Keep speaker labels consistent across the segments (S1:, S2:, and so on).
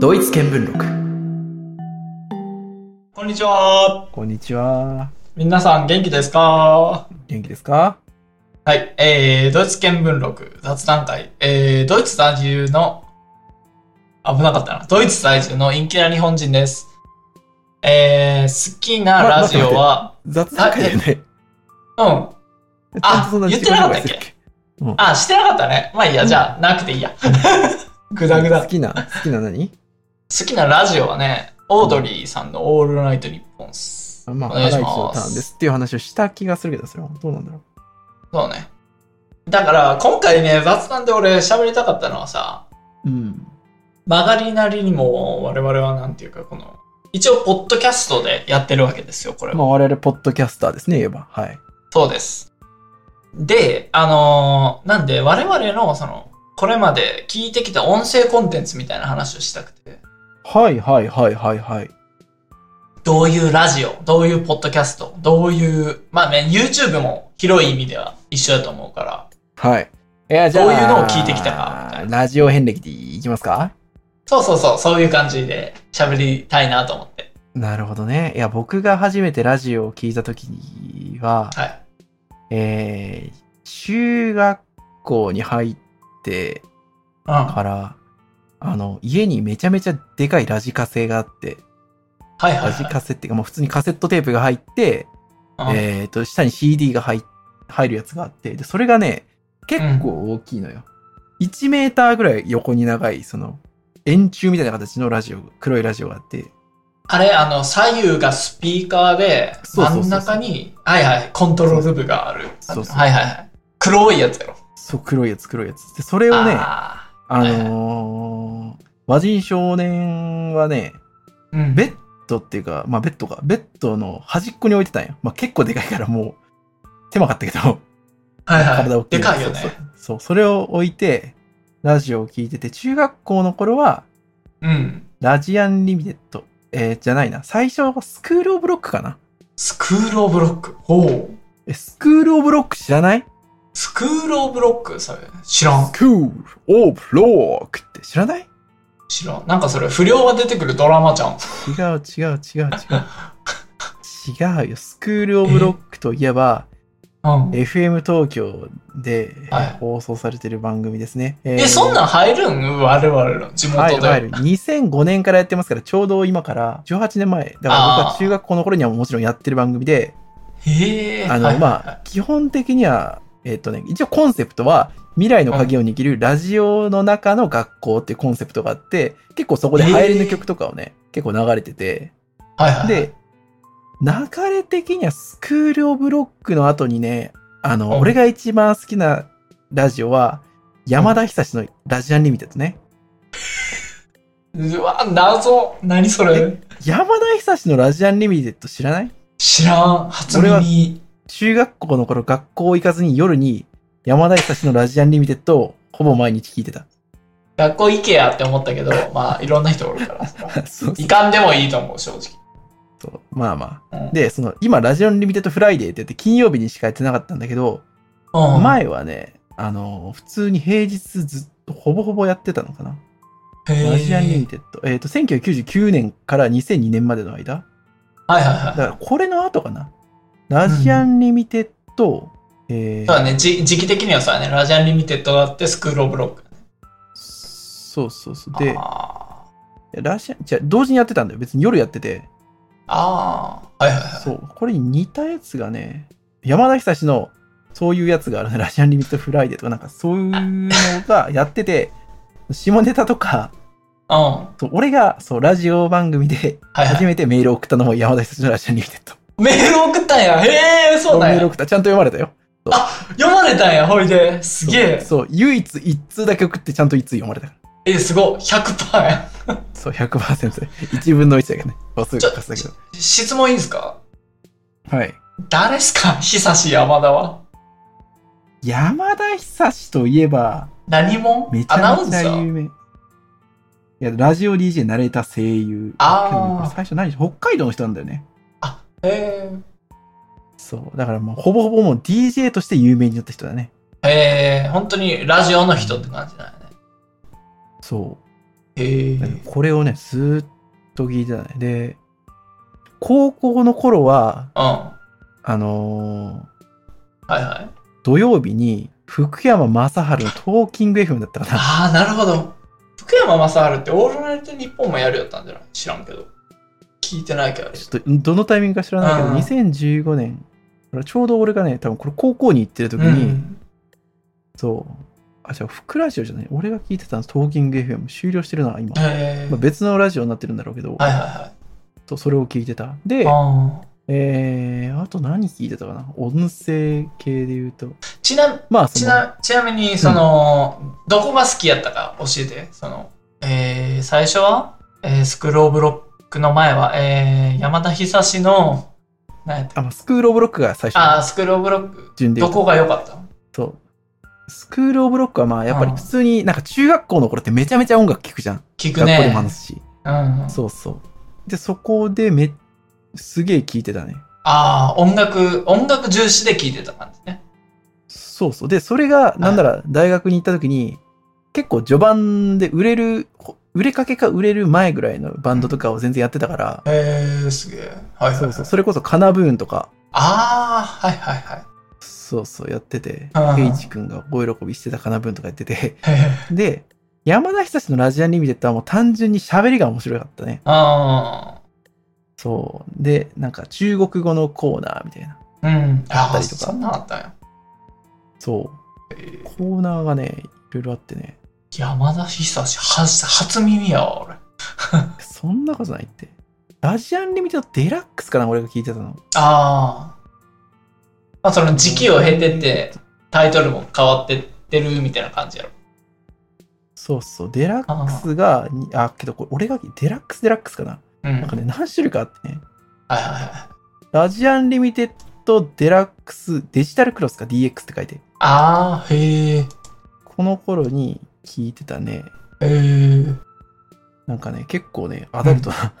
S1: ドイツ見聞録
S2: こんにちは。
S3: こんにちは。
S2: 皆さん元気ですか
S3: 元気ですか
S2: はい。えー、ドイツ見聞録雑談会。えー、ドイツ在住の、危なかったな。ドイツ在住の陰気な日本人です。えー、好きなラジオは、
S3: 雑談会だよね。
S2: うん。
S3: ち
S2: あ
S3: ゃんとそんな
S2: 言ってなかったっけ
S3: 自己紹介する
S2: あ、してなかったね。まあいいや、じゃあ、なくて いいや。ぐだぐだ。
S3: 好
S2: 好
S3: きな、好きな何
S2: きなラジオはね、オードリーさんのオールナイトニッポンっす。
S3: まあ、
S2: お
S3: ハ
S2: 願
S3: ラ
S2: い
S3: イチ
S2: しま。
S3: のターンですすっていう話をした気がするけど、それはどうなんだろ
S2: そうね。だから、今回ね、雑談で俺喋りたかったのはさ、
S3: う。うん。
S2: 曲がりなりにも我々はなんていうかこの一応ポッドキャストでやってるわけですよこれ
S3: ま
S2: は
S3: あ、我々、ポッドキャスターですね、言えば。はい。
S2: そうですであのーなんで我々のそのこれまで聞いてきた音声コンテンツみたいな話をしたくて
S3: はい、はい、はい、はい、はい。
S2: どういうラジオどういうポッドキャストどういうまあね YouTube も広い意味では一緒だと思うから
S3: はい。いや、
S2: どういうのを聞いてきたかみたい
S3: ラジオ遍歴でいきますか
S2: そうそうそうそういう感じで喋りたいなと思って
S3: なるほどね。いや、僕が初めてラジオを聞いたときは、
S2: はい
S3: えー、中学校に入って、
S2: うん
S3: か
S2: は
S3: ら、あの、家にめちゃめちゃでかいラジカセがあって、
S2: いはい
S3: ラジカセっていうか、もう普通にカセットテープが入って、
S2: はい、うん
S3: えっ、と、下に CD が入入るやつがあって、で、それがね、結構大きいのよ。1メーターぐらい横に長い、その、円柱みたいな形のラジオ、黒いラジオがあって、
S2: あれ、あの、左右がスピーカーで、
S3: そうそうそう
S2: 真ん中に、はいはい、コントロール部がある。
S3: そうそう
S2: はいはいはい。黒いやつやろ。
S3: そう、黒いやつ、黒いやつ。で、それをね、あ
S2: あ
S3: のー魔人少年はね、
S2: ーうん。
S3: ベッドっていうか、まあベッドか、ベッドの端っこに置いてたんよ。まあ結構でかいからもう、手間かったけど、
S2: はいはい、
S3: 体大きい
S2: でかいよ
S3: そう
S2: ね。
S3: そう、それを置いて、ラジオを聞いてて、中学校の頃は、
S2: うん。
S3: ラジアンリミテッド、えーじゃないな、最初はスクールオブロックかな。
S2: スクールオブロック。ほう。
S3: え、スクールオブロック知らない
S2: スクールオブロックそれ、知らん
S3: ス。クールオブロックって知らない
S2: 知らん。なんかそれ、不良が出てくるドラマじゃん。
S3: 違う違う違 う違う。違うよ、スクールオブロックといえば、
S2: うん。え、
S3: FM 東京で、えー
S2: はい
S3: 放送されてる番組ですね。え
S2: そんなん入るん我々の地元
S3: 入
S2: で。
S3: る入る。2005年からやってますから、ちょうど今から18年前。だから
S2: あー
S3: 僕は中学校の頃にはもちろんやってる番組で、
S2: へえ。
S3: あの、
S2: はいはいはい
S3: まあ、基本的には、えっとね、一応コンセプトは、未来の鍵を握るラジオの中の学校っていうコンセプトがあって、結構そこで流行りの曲とかをね、結構流れてて、
S2: はいはいはい。
S3: で、流れ的にはスクールオブロックの後にね、あ
S2: うん
S3: の、俺が一番好きなラジオは、山田久志のラジアンリミテッドね。
S2: うわ、謎。何それ。
S3: 山田久志のラジアンリミテッド知らない
S2: 知らん。初
S3: 俺は
S2: 耳。
S3: 中学校の頃学校行かずに夜に山田久志のラジアンリミテッドをほぼ毎日聞い てた。
S2: 学校行けやって思っ たけど、まあ、いろんな人おるから。
S3: そう
S2: いかんでもいいと思う、正直。
S3: そうまあま
S2: うん
S3: あ。で、その今ラジアンリミテッドフライデーって言って金曜日にしかやってなかったんだけど、
S2: うん。
S3: 前はね、あの、普通に平日ずっとほぼほぼやってたのかな。
S2: へー
S3: ラジアンリミテッド。えっ、と、1999年から2002年までの間。
S2: はいはい
S3: だ
S2: は
S3: からこれの後かな。ラジアンリミテッド、え
S2: い。
S3: ー
S2: そうだね、じ時期的にはそうだね、ラジアンリミテッドがあって、スクールオブロック。
S3: そうそうそう。で、
S2: あ
S3: ラジアン、じゃあ同時にやってたんだよ。別に夜やってて。
S2: ーあー、はいはいはい。
S3: そう、これに似たやつがね、山田久志のそういうやつがあるね、 ラジアンリミットフライデーとか、なんかそういうのがやってて、下ネタとか、
S2: うん。は
S3: そう俺がそうラジオ番組で
S2: いは
S3: 初
S2: い。
S3: めてメールを送ったのも山田久志のラジアンリミテッド。
S2: メール送ったんや。へえ、そう
S3: メ
S2: な
S3: ー
S2: ん
S3: ル
S2: や
S3: を。送った、ちゃんと読まれたよ。
S2: 読まれたんや、ほいで。すげえ。
S3: そう、唯一一通だけ送ってちゃんと一通読まれたから。
S2: え、すごい。100%や。
S3: そう、100%。1分の1だけどね。話数が稼だけ
S2: 質問いいですか
S3: ど。はい。
S2: 誰っすか久し山田は。
S3: 山田久志といえば、
S2: 何も
S3: めち
S2: アナ
S3: ゃ
S2: ウ
S3: めち
S2: ンサ
S3: ゃ有
S2: ー
S3: 名。いや、ラジオ DJ、ナレーター、声優。
S2: あー
S3: けどねこれ最初何北海道の人なんだよね。
S2: へ
S3: そう。だからもう、ほぼほぼもう DJ として有名になった人だね。
S2: え。へえ、本当にラジオの人って感じだよね。
S3: そ
S2: へえ。
S3: これをね、ずーっと聞いてたね。で、高校の頃は、
S2: うん。は
S3: あのー
S2: いはい。
S3: 土曜日に福山雅治のトーキング FM だったかな。
S2: ああ、なるほど。福山雅治ってオールナイト日本もやるやったんじゃない知らんけど。聞いてないけど。
S3: ちょっと、どのタイミングか知らないけど、
S2: うん
S3: 2015年、ちょうど俺がね、多分これ高校に行ってる時に、
S2: うん
S3: そう、あ、じゃあ、福ラジオじゃない、俺が聞いてたの、トーキング FM 終了してるな、今。
S2: へえ。
S3: まあ、別のラジオになってるんだろうけど、
S2: はいはいはい。
S3: そうそれを聞いてた。で、
S2: あ
S3: えー、あと何聞いてたかな音声系で言うと。
S2: ーちな
S3: まあ、そ
S2: ち
S3: の、
S2: なちなみに、その、どこが好きやったか教えて。その、えー、最初は、えー、スクローブロックの前は、えー、山田久志の、なんやった
S3: あまあスクールオブロックが最初
S2: あー、
S3: の
S2: スクローブロック、
S3: 順で言
S2: ど
S3: うと。
S2: こが良かった
S3: そう。スクールオブロックはまあ、やっぱり
S2: うん
S3: 普通に、なんか中学校の頃ってめちゃめちゃ音楽聴くじゃん。
S2: 聞
S3: 学
S2: く
S3: 校でも
S2: ね。
S3: 話すし。
S2: うん、あ
S3: そうそう。で、そこでめ、すげえ聞いてたね。
S2: あー、音楽、音楽重視で聞いてた感じね。
S3: そうそう。で、それが、なんなら大学に行った時に、結構序盤で売れる、ほ売れかけか売れる前ぐらいのバンドとかを全然やってたから、
S2: へえ、すげえ。はいはい、はい。
S3: そうそう。それこそカナブーンとか、
S2: ああ、はいはいはい。
S3: そうそうやってて
S2: うん、
S3: ケイチ君が大喜びしてたかな分とかやってて。
S2: へえ
S3: で、山田久志のラジアンリミテッドはもう単純に喋りが面白かったね。
S2: あ
S3: そう。で、なんか中国語のコーナーみたいな。
S2: あ、うん。あ
S3: た
S2: あ、
S3: りとか
S2: そんなんあったんや。
S3: そう。コーナーがね、いろいろあってね。
S2: 山田久志、は初耳やわ、俺。
S3: そんなことないって。ラジアンリミテッドデラックスかな俺が聞いてたの。
S2: ああ。まあその時期を経てって、タイトルも変わってってるみたいな感じやろ。
S3: そうそう。デラックスがに、あ、けどこれ俺が、デラックスデラックスかな
S2: うん。は
S3: な
S2: い
S3: ん
S2: は
S3: かね、何種類かあってね。
S2: いはい。
S3: ラジアンリミテッドデラックスデジタルクロスか DX って書いて。
S2: ああ、へえ。
S3: この頃に聞いてたね。
S2: へえ。
S3: なんかね、結構ね、アダルトな、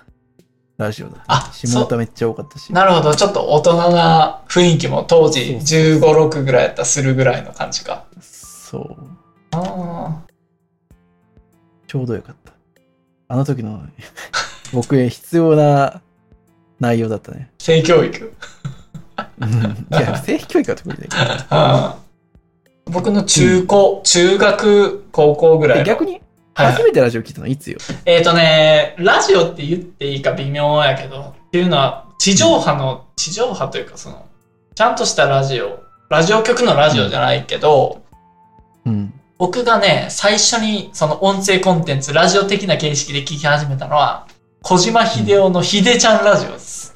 S3: ラジオだった。
S2: あ
S3: 下ネタめっちゃ多かったし。
S2: なるほど。ちょっと大人な雰囲気も当時15、6ぐらいやったらするぐらいの感じか。
S3: そう。
S2: あ
S3: ちょうどよかった。あの時の 僕へ必要な内容だったね。
S2: あ、性教育。
S3: うんい や、性教育は特にね。
S2: 僕の中高、中学、高校ぐらい
S3: え
S2: の。
S3: 逆に、
S2: はい
S3: 初めてラジオ聞いたのいつよ。
S2: えっ、ー、とね、ラジオって言っていいか微妙やけど、っていうのは、地上波の、地上波というか、その、ちゃんとしたラジオ、ラジオ局のラジオじゃないけど、
S3: うん。
S2: 僕がね、最初にその音声コンテンツ、ラジオ的な形式で聞き始めたのは、小島秀夫の秀ちゃんラジオです。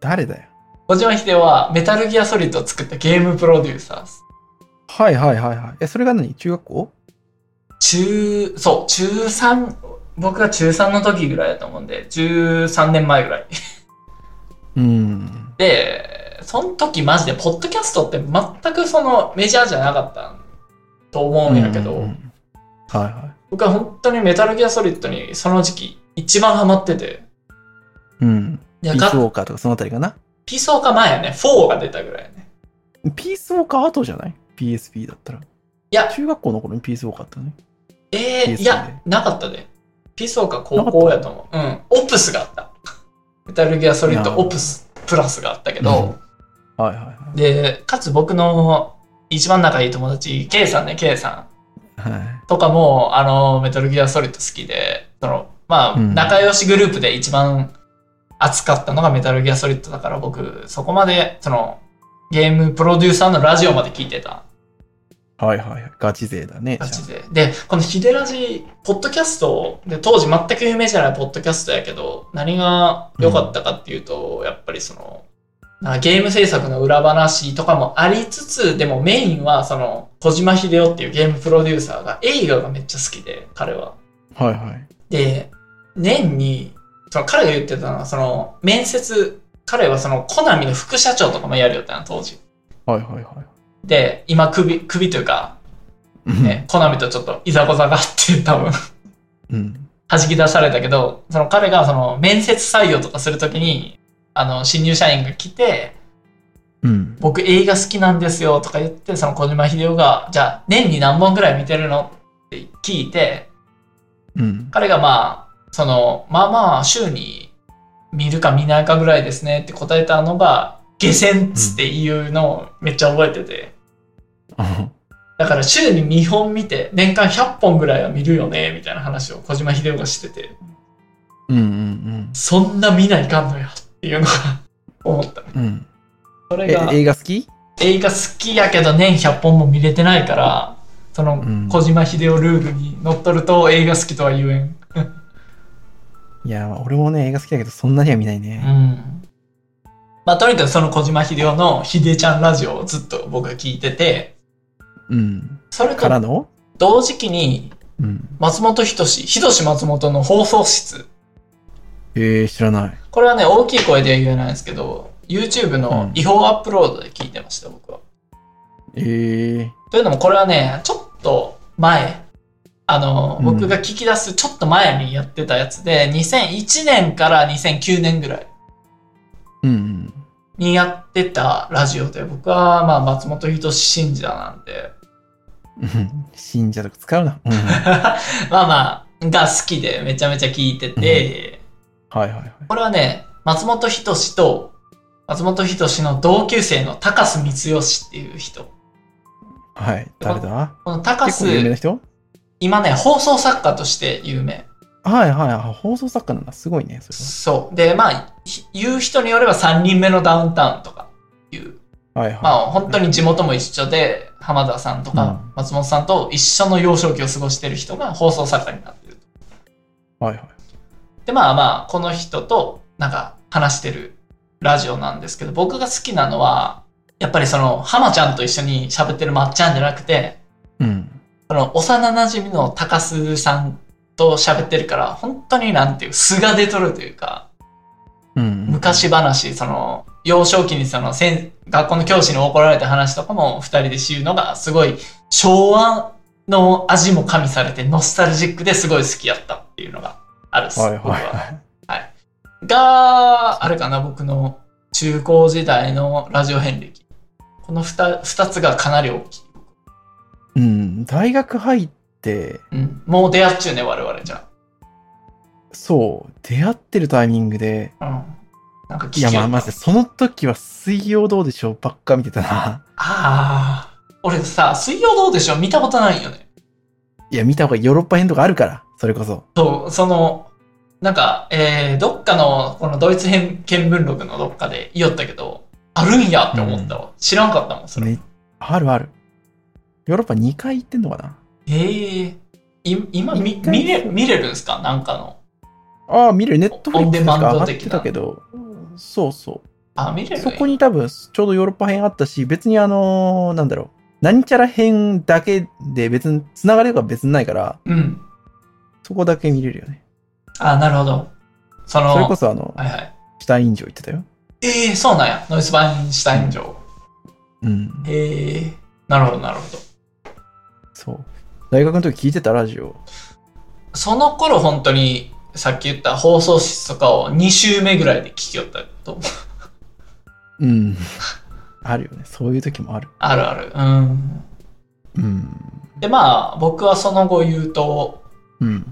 S3: 誰だよ。
S2: 小島秀夫は、メタルギアソリッドを作ったゲームプロデューサーです。
S3: はいはいはいはい。え、それが何中学校
S2: 中、そう、中3、僕が中3の時ぐらいだと思うんで、13年前ぐらい。
S3: うん。
S2: で、その時マジで、ポッドキャストって全くそのメジャーじゃなかったと思うんやけど、
S3: ううんはいは
S2: 僕は本当にメタルギアソリッドにその時期一番ハマってて、
S3: い。うん。
S2: い
S3: ピ
S2: や
S3: ースウ
S2: が
S3: ォーカーとかそのあたりかな。
S2: ピースオーカー前やね、4が出たぐらいやね。
S3: ピースウォーカー後じゃない ?PSP だったら。い
S2: や
S3: 中学校の頃にピースウォーカーあったね。
S2: えー、
S3: PSP
S2: いや、なかったで。ピースオーカー高校やと思う。うん、オプスがあった。メタルギアソリッド
S3: なるほど
S2: オプスプラスがあったけど、
S3: はいはいはい。
S2: で、かつ僕の一番仲いい友達、K さんね、K さん。
S3: は
S2: とかも、あの、メタルギアソリッド好きで、その、まあ、
S3: うん
S2: 仲良しグループで一番熱かったのがメタルギアソリッドだから、僕、そこまで、その、ゲームプロデューサーのラジオまで聞いてた
S3: いはいはい。ガチ勢だね。
S2: 感じで。で、このヒデラジ、ポッドキャストで、当時全く有名じゃないポッドキャストやけど、何が良かったかっていうと、やっぱりその、なんかゲーム制作の裏話とかもありつつ、でもメインは、その、小島秀夫っていうゲームプロデューサーが映画がめっちゃ好きで、彼は。
S3: じゃあはいはい。
S2: で、年に、その彼が言ってたのは、その、面接、彼はその、コナミの副社長とかもやるよったな、当時。
S3: はいはいは
S2: で、今、首、首というか、
S3: い。
S2: ね、コナミとちょっといざこざがあって、多分、
S3: うん。
S2: 弾き出されたけど、その彼がその、面接採用とかするときに、あの、新入社員が来て、
S3: うん。
S2: 僕映画好きなんですよとか言って、その小島秀夫が、じゃあ、年に何本ぐらい見てるのって聞いて、
S3: うん。
S2: 彼がまあ、その、まあまあ、週に見るか見ないかぐらいですねって答えたのが、下船っつっていうのをめっちゃ覚えてて。だから週に2本見て、年間100本ぐらいは見るよね、みたいな話を小島秀夫がしてて、
S3: うんうん
S2: そんな見ないかんのや、っていうのが思った。
S3: うん。うん。
S2: それ
S3: え
S2: が、
S3: 映画好き
S2: 映画好きやけど年100本も見れてないから、その
S3: うん
S2: 小島秀夫ルールにのっとると映画好きとは言えん。
S3: いや、俺もね、映画好きだけど、そんなには見ないね。
S2: うん。まあ、とにかくその小島秀夫の秀ちゃんラジオをずっと僕は聞いてて、
S3: うん。
S2: それ
S3: か
S2: と
S3: らの
S2: 同時期に
S3: うん。
S2: 松本人志、人志松本の放送室。
S3: えー、知らない。
S2: これはね、大きい声では言えないんですけど、YouTube の違法アップロードで聞いてました、僕は。
S3: えー、
S2: というのも、これはね、ちょっと前、あの、
S3: うん
S2: 僕が聞き出すちょっと前にやってたやつで、2001年から2009年ぐらい
S3: うん
S2: にやってたラジオで、僕は、まあ、松本人志信者なんで、
S3: うん。うん信者とか使うな。うん。は
S2: まあまあ、が好きでめちゃめちゃ聞いてて、
S3: いはいはい。
S2: これはね、松本人志と、松本人志の同級生の高須光義っていう人。
S3: はい。誰だ
S2: この高
S3: 結構有名な
S2: 須、
S3: 人
S2: 今ね、放送作家として有名。
S3: はいはいはい。放送作家なんだ。すごいね。そ
S2: そう。で、まあ、ひ言う人によれば3人目のダウンタウンとかいう、
S3: れは。はい
S2: ま
S3: は
S2: あ本当に地元も一緒で、浜田さんと
S3: う
S2: か
S3: ん
S2: 松本さんと一緒の幼少期を過ごしてる人が放送作家になってる。
S3: い。はいはい。
S2: でまあまあこの人となんか話してるラジオなんですけど僕が好きなのはやっぱりその浜ちゃんと一緒に喋ってるまっちゃんじゃなくて
S3: うん。
S2: その幼なじみの高須さんと喋ってるから本当になんていう素が出とるというか
S3: うん。
S2: 昔話その幼少期にその先学校の教師に怒られた話とかも2人で知るのがすごい昭和の味も加味されてノスタルジックですごい好きやったっていうのがあるっす、
S3: はいはい
S2: 僕は
S3: は
S2: が、あれかな、僕の中高時代のラジオ遍歴。この二二つがかなり大きい。
S3: い。うん。大学入って、
S2: うん。もう出会っちゅうね、我々じゃ。
S3: そう、出会ってるタイミングで、
S2: うん。なんか聞
S3: い
S2: き
S3: や、
S2: よ
S3: まあ、まず、その時は水曜どうでしょうばっか見てたな。
S2: ああ。俺さ、水曜どうでしょう見たことないよね。
S3: いや、見た方がヨーロッパ編とかあるから、それこそ。
S2: そう、その、なんか、えー、どっかの、このドイツ編見聞録のどっかで言いよったけど、あるんやって思ったわ。知らんかったもん、それ。
S3: ね、あるある。ヨーロッパ2回行ってんのかな
S2: ええい今見
S3: 一回
S2: 見れ、見れるんすかなんかの。
S3: ああ、見る、ネットフリックス
S2: オンデマン
S3: が
S2: ド
S3: 上がっ
S2: 的
S3: て
S2: な
S3: たけど、そうそ
S2: あ、見れ
S3: う。
S2: る
S3: そこに多分、ちょうどヨーロッパ編あったし、別にあのーなんだろう、何ちゃら編だけで別に、つながりが別にないから、
S2: うん。
S3: そこだけ見れるよね。
S2: あ、なるほど。その、
S3: それこそ、あの、
S2: はいはい。
S3: シュタイン城行ってたよ。
S2: ええそうなんや。ノイズバインシュタイン城。
S3: うん。
S2: ええなるほど、なるほど。
S3: そう。大学の時聞いてたラジオ。
S2: その頃、本当に、さっき言った放送室とかを2週目ぐらいで聞きよったと思
S3: う
S2: う。
S3: ん。 あるよね。そういう時もある。
S2: あるある。うん。
S3: うん。
S2: で、まあ、僕はその後言うと、
S3: うん。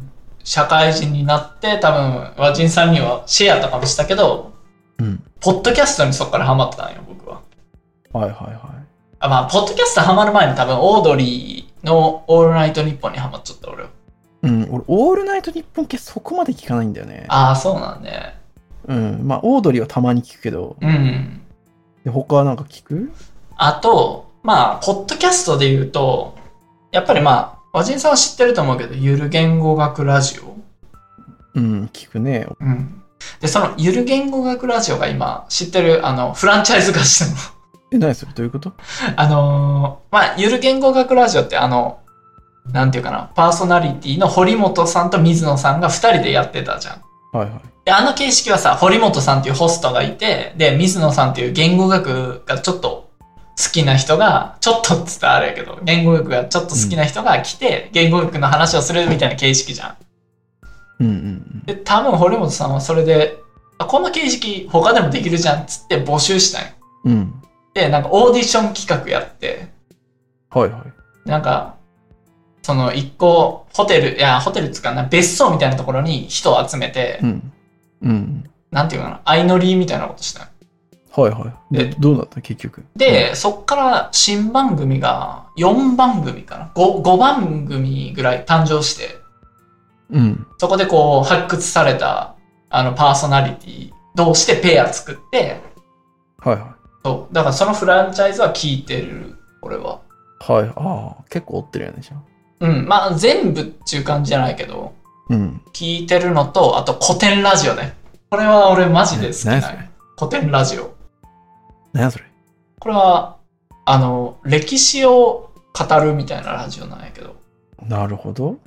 S2: 社会人になって、多分、和人さんにはシェアとかもしたけど、
S3: うん。
S2: ポッドキャストにそっからハマったんよ、僕は。
S3: はいはいは
S2: あ、まあ、ポッドキャストハマる前に多分、オードリーのオールナイトニッポンにハマっちゃった、俺は。
S3: い。うん。俺、オールナイト日本系そこまで聞かないんだよね。
S2: ああ、そうなんね。
S3: うん。まあ、オードリーはたまに聞くけど、
S2: うん。
S3: で他はなんか聞く
S2: あと、まあ、ポッドキャストで言うと、やっぱりまあ、和人さんは知ってると思うけど、ゆる言語学ラジオ。
S3: うん、聞くね。
S2: うん。で、そのゆる言語学ラジオが今、知ってる、あの、フランチャイズ化したの。
S3: え、何それどういうこと
S2: あのーまあ、ゆる言語学ラジオって、あの、なんていうかな、パーソナリティの堀本さんと水野さんが二人でやってたじゃん。
S3: はいはい。
S2: で、あの形式はさ、堀本さんっていうホストがいて、で、水野さんっていう言語学がちょっと好きな人が、ちょっとっつったらあれやけど、言語学がちょっと好きな人が来て、言語学の話をするみたいな形式じゃん。
S3: うんうんうん。
S2: で、多分堀本さんはそれで、あこんな形式他でもできるじゃんっつって募集したんよ。
S3: うん。
S2: で、なんかオーディション企画やって、
S3: はいはい。
S2: なんか、その一個、ホテル、いや、ホテルっつうかな、別荘みたいなところに人を集めて、
S3: うん。うん。
S2: なんていうかな、相乗りみたいなことしたの
S3: はいはい。
S2: え
S3: で、どうなったの結局。
S2: で、そっから新番組が4番組かな 5, 5番組ぐらい誕生して
S3: うん。
S2: そこでこう発掘されたあのパーソナリティ同士でペア作って
S3: はいは。
S2: そうだからそのフランチャイズは聞いてる俺はい
S3: はい。ああ、結構追ってるよね、じゃあ。
S2: うんまあ全部っていう感じじゃないけど
S3: うん。
S2: 聞いてるのとあと古典ラジオねこれは俺マジで好きな
S3: 何そ
S2: の古典ラジオ
S3: 何やそれ。
S2: これはあの歴史を語るみたいなラジオなんやけど
S3: なるほど。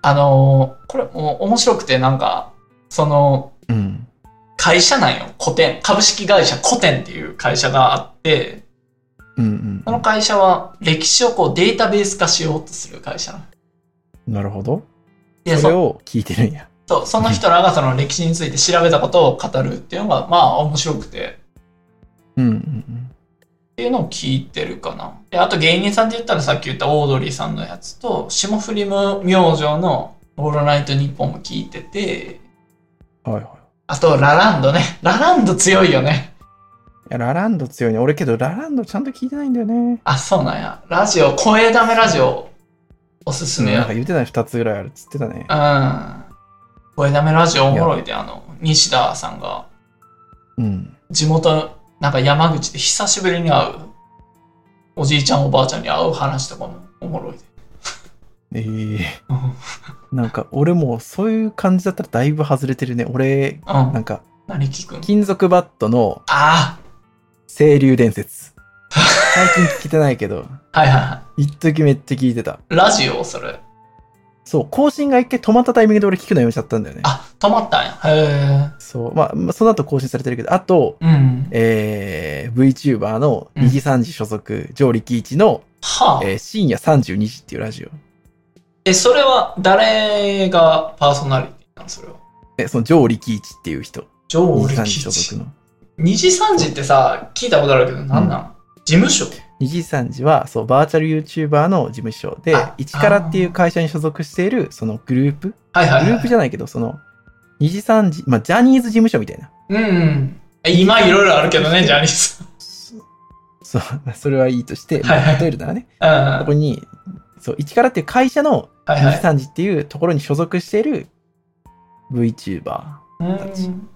S2: あのーこれもう面白くてなんかその
S3: うん。
S2: 会社なんよ古典株式会社古典っていう会社があって
S3: うんうん
S2: その会社は歴史をこうデータベース化しようとする会社なの
S3: うん。なるほど。
S2: で
S3: それ
S2: そ
S3: を聞いてるんや。
S2: そうその人らがその歴史について調べたことを語るっていうのがまあ面白くて
S3: うんうんうん。
S2: っていうのを聞いてるかなであと芸人さんって言ったらさっき言ったオードリーさんのやつと霜降り明星の「オールナイトニッポン」も聞いてて
S3: はいはい。
S2: あとラランドねラランド強いよね
S3: いや、ラランド強いね。俺けど、ラランドちゃんと聞いてないんだよね。
S2: あ、そうなんや。ラジオ、声ダメラジオ、おすすめ
S3: な
S2: や。
S3: ん
S2: う
S3: か
S2: ん。
S3: 言ってたの2つぐらいあるっつってたね。
S2: 声ダメラジオおもろいで、あの、西田さんが、
S3: うん。
S2: 地元、なんか山口で久しぶりに会う、おじいちゃんおばあちゃんに会う話とかもおもろいで。
S3: ええなんか、俺もうそういう感じだったらだいぶ外れてるね。俺、
S2: う。
S3: なんんか、
S2: 何聞くん
S3: 金属バットの
S2: あ
S3: 清流伝説。最近聞いてないけど、
S2: あ、はいはいは
S3: 一時めっちゃ聞いてた。
S2: い。ラジオ、それ。
S3: そう、更新が一回止まったタイミングで俺聞くのやめちゃったんだよね。
S2: あ、止まったんや。へ
S3: そう、まあ、まあその後更新されてるけど、あと、
S2: え。うん。
S3: えー、VTuber の右三時所属、上力一の、
S2: はあ。
S3: えー深夜32時っていうラジオ。
S2: え、それは誰がパーソナリティなのそれは。
S3: え、その上力一っていう人。
S2: 上
S3: 二次
S2: 力
S3: 三次所
S2: 一
S3: 属の。
S2: 二次三次ってさ、聞いたことあるけど、なんなん、事務所
S3: 二次三次は、そう、バーチャル YouTuber の事務所で
S2: あ、
S3: 一からっていう会社に所属している、そのグループ。グ
S2: はいはい、
S3: ル
S2: は
S3: ープ
S2: い。
S3: じゃないけど、その、二次三次、まあ、ジャニーズ事務所みたいな。
S2: うんうん。え今いろいろあるけどね、ジャニーズ。
S3: そう、それはいいとして、
S2: はいはい
S3: まあ例えるならね、
S2: うん。
S3: こ
S2: は
S3: こに、そう、一からっていう会社の
S2: いは
S3: 二次
S2: い。
S3: 三次っていうところに所属している VTuber。
S2: うん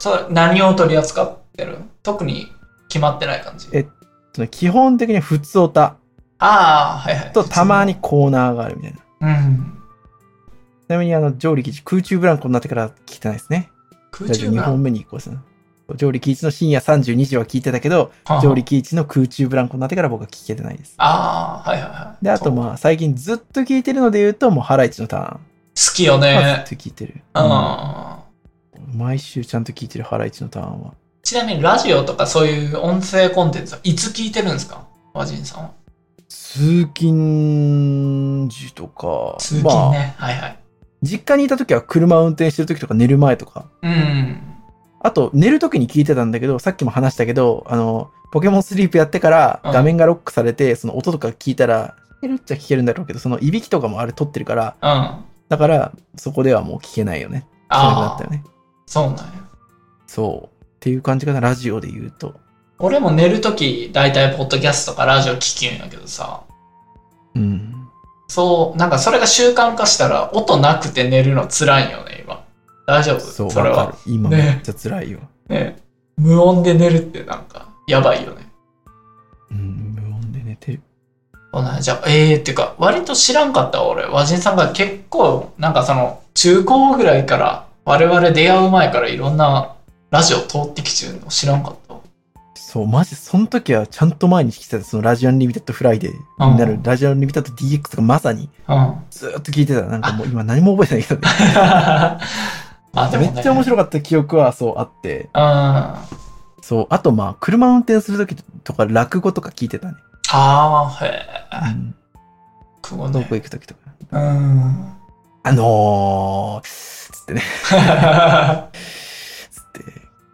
S2: そう何を取り扱ってる特に決まってない感じ。
S3: えその基本的には普通オタ
S2: ああ、はいはい。
S3: とたまに。コーナーがあるみたいな。ち
S2: うん。
S3: なみに、あの、上力一、空中ブランコになってから聞いてないですね。
S2: 空
S3: ラジ
S2: 中
S3: オ2本目に移行する。上力一の深夜32時は聞いてたけど、上力一の空中ブランコになってから僕は聞けてないです。
S2: ああ、はいはいはい。
S3: で、あと
S2: そう
S3: まあ、最近ずっと聞いてるので言うと、もうハライチのターン。
S2: 好きよ
S3: まあ
S2: ね。
S3: ずっと聞いてる。
S2: うん。
S3: うん毎週ちゃんと聞いてるハライチのターンは。
S2: ちなみにラジオとかそういう音声コンテンツはいつ聞いてるんですか和人さんは。
S3: 通勤時とか、
S2: 通勤
S3: まあ、
S2: ね。はいはい。
S3: 実家にいた時は車運転してる時とか寝る前とか、
S2: うん。
S3: あと寝る時に聞いてたんだけど、さっきも話したけど、あの、ポケモンスリープやってから
S2: うん
S3: 画面がロックされて、その音とか聞いたら、聞けるっちゃ聞けるんだろうけど、そのいびきとかもあれ撮ってるから、
S2: うん。あ
S3: だからそこではもう聞けないよね。聞けなくな
S2: あ
S3: ったよ
S2: ー、
S3: ね。
S2: そうなんや。
S3: そう。っていう感じかな、ラジオで言うと。
S2: 俺も寝るとき、だいたいポッドキャストとかラジオ聞きんやけどさ、
S3: うん。
S2: そう、なんかそれが習慣化したら、音なくて寝るの辛いよね、今。大丈夫
S3: そ、
S2: そうれ
S3: わ
S2: は。
S3: かる。今
S2: ね
S3: めっちゃ辛いよ。
S2: ね。無音で寝るってなんか、やばいよね。
S3: うん、無音で寝てる。
S2: そうなんやじゃあ、えー、っていうか、割と知らんかったわ俺。和人さんが結構、なんかその、中高ぐらいから、我々出会う前からいろんなラジオ通ってきちゅうの知らんかったわ。
S3: そう、マジ、その時はちゃんと前に聞きてた、そのラジオンリミテッドフライデーになる、ラジオンリミテッド DX がまさに
S2: うん。
S3: ずーっと聞いてた。なんかもう今何も覚えてないけどね。
S2: あ、でも、
S3: め
S2: ね、
S3: っちゃ面白かった記憶はそうあって、
S2: うん。あ
S3: そう、あとまあ、車運転する時とか落語とか聞いてたね。
S2: あー、へえ。
S3: うん
S2: くご
S3: ど
S2: ね
S3: こ。行く時とか。
S2: うん。
S3: あのー、つってね、つって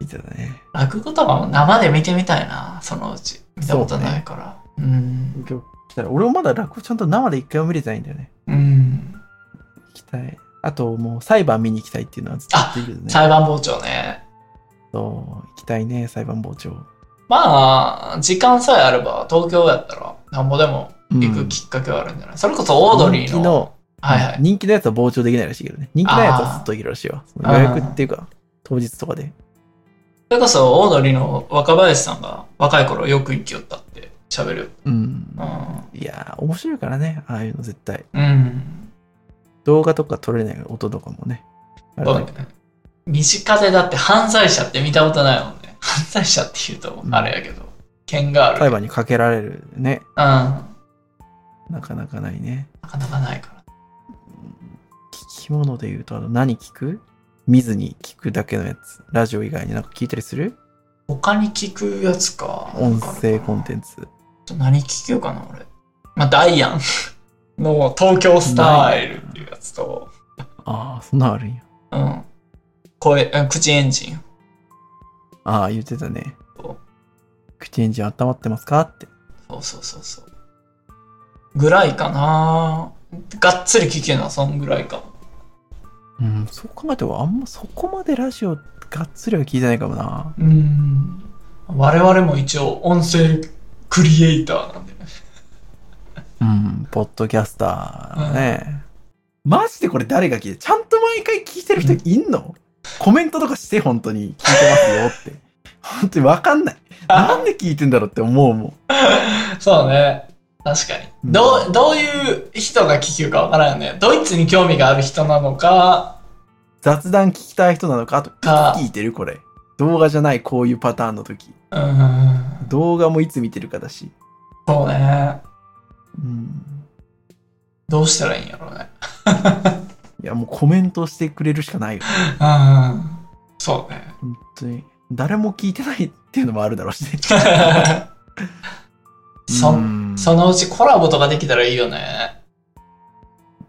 S3: 聞いてたね。
S2: 落語とかも生で見てみたいな、そのうち。見たことないから。うん。
S3: 結来たら、俺もまだ落語ちゃんと生で一回も見れてないんだよね。
S2: うん。
S3: 行きたい。あと、もう裁判見に行きたいっていうのはずっと言ってるけどね。
S2: 裁判傍聴ね。
S3: そう、行きたいね、裁判傍聴。
S2: まあ、時間さえあれば、東京やったら、なんぼでも
S3: うん
S2: 行くきっかけはあるんじゃない、それこそオードリー
S3: 人気
S2: の。
S3: の、
S2: はいはい。
S3: 人気のやつは傍聴できないらしいけどね。人気のやつはずっといるらしいよ。その予約っていうか、当日とかで。
S2: それこそオードリーの若林さんが若い頃よく行きよったって喋るよ。
S3: うん
S2: う。ん。
S3: いやー、面白いからね、ああいうの絶対。
S2: うん。
S3: 動画とか撮れない音とかもね。あれ
S2: そう
S3: だ
S2: だ
S3: けど
S2: ね。身近でだって犯罪者って見たことないもんね。犯罪者って言うとあれやけど、剣がある。
S3: 裁判にかけられるね。
S2: うん。な
S3: なかなかないね。
S2: かなかないから。
S3: 聞き物で言うと、あの、何聞く見ずに聞くだけのやつ。ラジオ以外になんか聞いたりする
S2: 他に聞くやつか。
S3: 音声コン
S2: ン
S3: テンツ。
S2: ツ。何聞くかな、俺。まあ、ダイアン の東京スタイルっていうやつと、
S3: ああ、そんなんあるんや。
S2: うん。声、うん口エンジン。
S3: ああ、言ってたね
S2: そう。
S3: 口エンジン温まってますかって。
S2: そうそうそうそう。ぐらいかな。がっつり聞けな、そんぐらいか。
S3: うん、そう考えてもあんまそこまでラジオがっつりは聞いてないかもな。
S2: うん。我々も一応音声クリエイターなんでね。
S3: うん、ポッドキャスターね。マジでこれ誰が聞いてちゃんと毎回聞いてる人いんの、コメントとかして本当に聞いてますよって。 本当にわかんない。なんで聞いてんだろうって思うもん。
S2: そうね。確かに。どう、どういう人が聞くかわからんよね。ドイツに興味がある人なのか、
S3: 雑談聞きたい人なのか、あと、
S2: あ
S3: 聞いてるこれ。動画じゃないこういうパターンの時。
S2: うん。
S3: 動画もいつ見てるかだし。
S2: そうね。
S3: うん。
S2: どうしたらいいんやろうね。
S3: いや、もうコメントしてくれるしかないよ。
S2: うん。そうね。
S3: 本当に。誰も聞いてないっていうのもあるだろうし ね。
S2: そ、
S3: うん
S2: そのうちコラボとかできたらいいよね。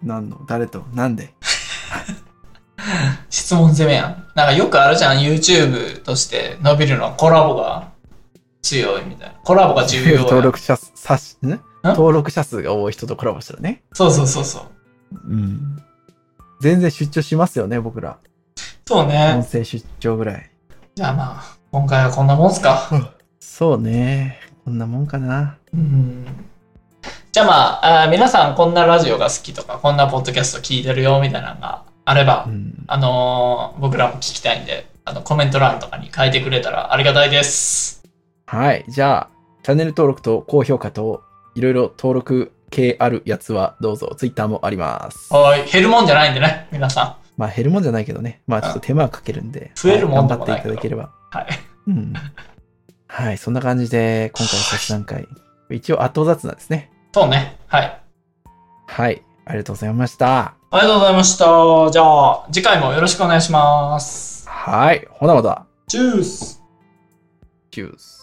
S3: 何の誰となんで
S2: 質問攻めやん。なんかよくあるじゃん。YouTube として伸びるのはコラボが強いみたいな。コラボが重要や ん
S3: 登録者数、さし、ん登録者数が多い人とコラボしたらね。
S2: そうそうそうそう。
S3: うん。全然出張しますよね、僕ら。
S2: そう
S3: 音
S2: ね。
S3: 声出張ぐらい。
S2: じゃあまあ、今回はこんなもんすか。
S3: そうね。こんなもんかな。
S2: うん。じゃあまああー、皆さんこんなラジオが好きとか、こんなポッドキャスト聞いてるよみたいなのがあれば
S3: う、ん。
S2: あのー僕らも聞きたいんで、あのコメント欄とかに書いてくれたらありがたいです。
S3: はい。じゃあ、チャンネル登録と高評価と、いろいろ登録系あるやつは、どうぞ、ツイッターもあります。
S2: はい。減るもんじゃないんでね、皆さ
S3: まあ、減るもんじゃないけどね。まあ、ちょっと手間はかけるんで。
S2: 増えるもんで
S3: 頑
S2: も
S3: 張って
S2: ない
S3: い
S2: け
S3: た
S2: ど
S3: だければ。
S2: ん。はい。
S3: うん。はい。そんな感じで、今回の雑談会。一応、後雑なんですね。
S2: そうね。はい。
S3: はい。ありがとうございました。
S2: ありがとうございました。じゃあ、次回もよろしくお願いします。
S3: はい。ほなまた。
S2: チュース
S3: チュース。